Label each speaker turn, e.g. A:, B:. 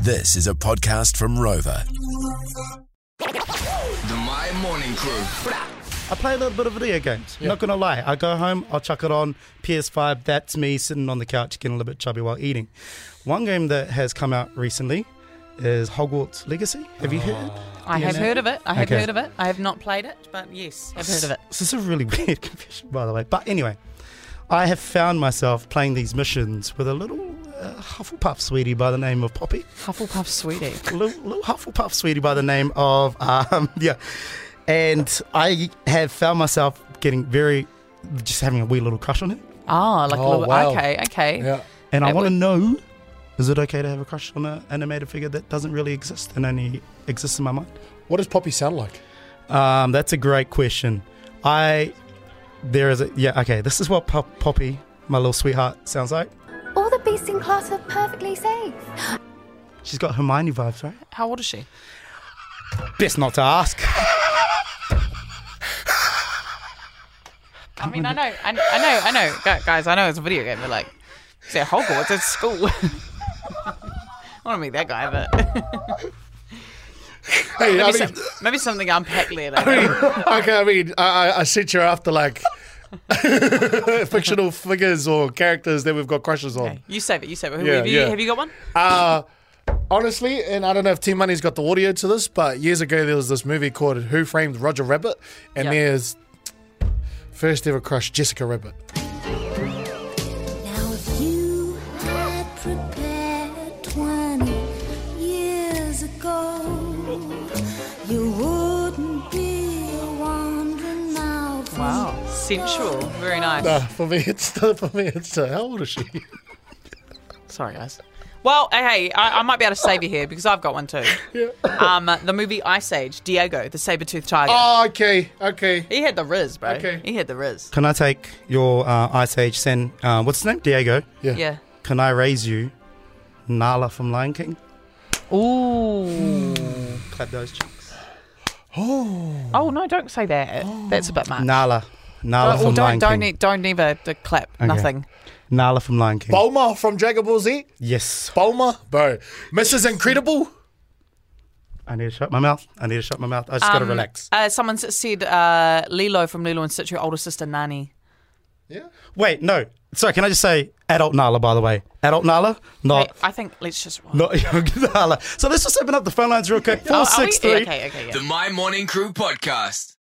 A: This is a podcast from Rover.
B: The My Morning Crew.
C: I play a little bit of video games. Not gonna lie, I go home, I'll chuck it on PS5. That's me sitting on the couch, getting a little bit chubby while eating. One game that has come out recently is Hogwarts Legacy. Have you heard?
D: I have Oh. heard of it. I have
C: Okay.
D: heard of it. I have not played it, but yes, I've heard of it.
C: This is a really weird confession, by the way. But anyway, I have found myself playing these missions with a little uh, Hufflepuff sweetie by the name of Poppy.
D: Hufflepuff Sweetie.
C: little, little Hufflepuff sweetie by the name of um, yeah, and I have found myself getting very just having a wee little crush on her,
D: Ah, like a
E: Oh,
D: little.
E: wow.
D: Okay, okay.
E: Yeah.
C: and I
D: It
C: want to
D: would-
C: know. Is it okay to have a crush on an animated figure that doesn't really exist and only exists in my mind?
E: What does Poppy sound like?
C: Um, that's a great question. I there is a yeah okay. This is what Pop, Poppy, my little sweetheart, sounds like.
F: All the beasts in class are perfectly safe.
C: She's got Hermione vibes, right?
D: How old is she?
C: Best not to ask.
D: I mean, I know, I, I know, I know, Gu- guys. I know it's a video game, but like, it's at Hogwarts. It's school. I want to meet that guy, but
E: Hey, I
D: maybe,
E: mean,
D: some, maybe something I unpack later.
E: okay, I mean, I, I, I sent you after like fictional figures or characters that we've got crushes on.
D: You save it. You save it. Who,
E: Yeah,
D: have, you,
E: yeah.
D: have you got one?
E: Uh, honestly, and I don't know if Team Money's got the audio to this, but years ago there was this movie called Who Framed Roger Rabbit, and
D: Yeah.
E: there's first ever crush Jessica Rabbit.
F: Now, if you had prepared 20 years ago, you wouldn't be wandering now.
D: Wow, sensual. Very nice.
E: Uh, for me, it's for me, it's uh, how old is she?
D: Sorry, guys. Well, eh, hey, I, I might be able to save you here because I've got one too. Um, the movie Ice Age, Diego, the saber-toothed tiger.
E: oh, okay, okay.
D: He had the riz, bro.
E: Okay.
D: He had the riz.
C: Can I take your uh, Ice Age Sen? Uh, what's his name? Diego.
D: Yeah.
C: Can I raise you, Nala from Lion King?
D: Ooh.
C: Clap those cheeks.
D: Oh no! Don't say that. That's a bit much.
C: Nala. Nala
D: Oh,
C: from
D: don't
C: Lion
D: don't
C: King.
D: e- don't ever d- clap. Nothing.
C: Nala from Lion King.
E: Bulma from Dragon Ball Z.
C: yes.
E: Bulma, bro. Mrs. Incredible.
C: I need to shut my mouth. I need to shut my mouth. I just gotta relax.
D: Uh, someone s- said uh, Lilo from Lilo and Stitch, your older sister Nani.
E: Yeah.
C: Wait, no. Sorry, can I just say adult Nala, by the way? Adult Nala? Not.
D: Hey, I think let's just.
C: Not young Nala. So let's just open up the phone lines real quick.
D: Oh, are we-
C: 463.
D: Okay, okay, yeah.
B: The My Morning Crew podcast.